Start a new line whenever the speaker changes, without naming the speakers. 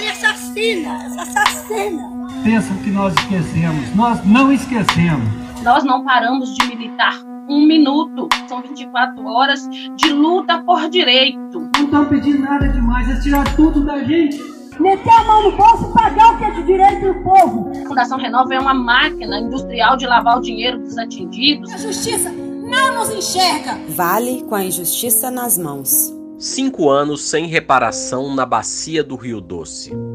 me assassina, essa assassina.
Pensam que nós esquecemos. Nós não esquecemos.
Nós não paramos de militar. Um minuto, são 24 horas de luta por direito.
Não estão pedindo nada demais, é tirar tudo da gente.
Meter a mão no bolso e pagar o que é de direito do povo.
A Fundação Renova é uma máquina industrial de lavar o dinheiro dos atingidos.
A justiça não nos enxerga.
Vale com a injustiça nas mãos.
Cinco anos sem reparação na bacia do Rio Doce.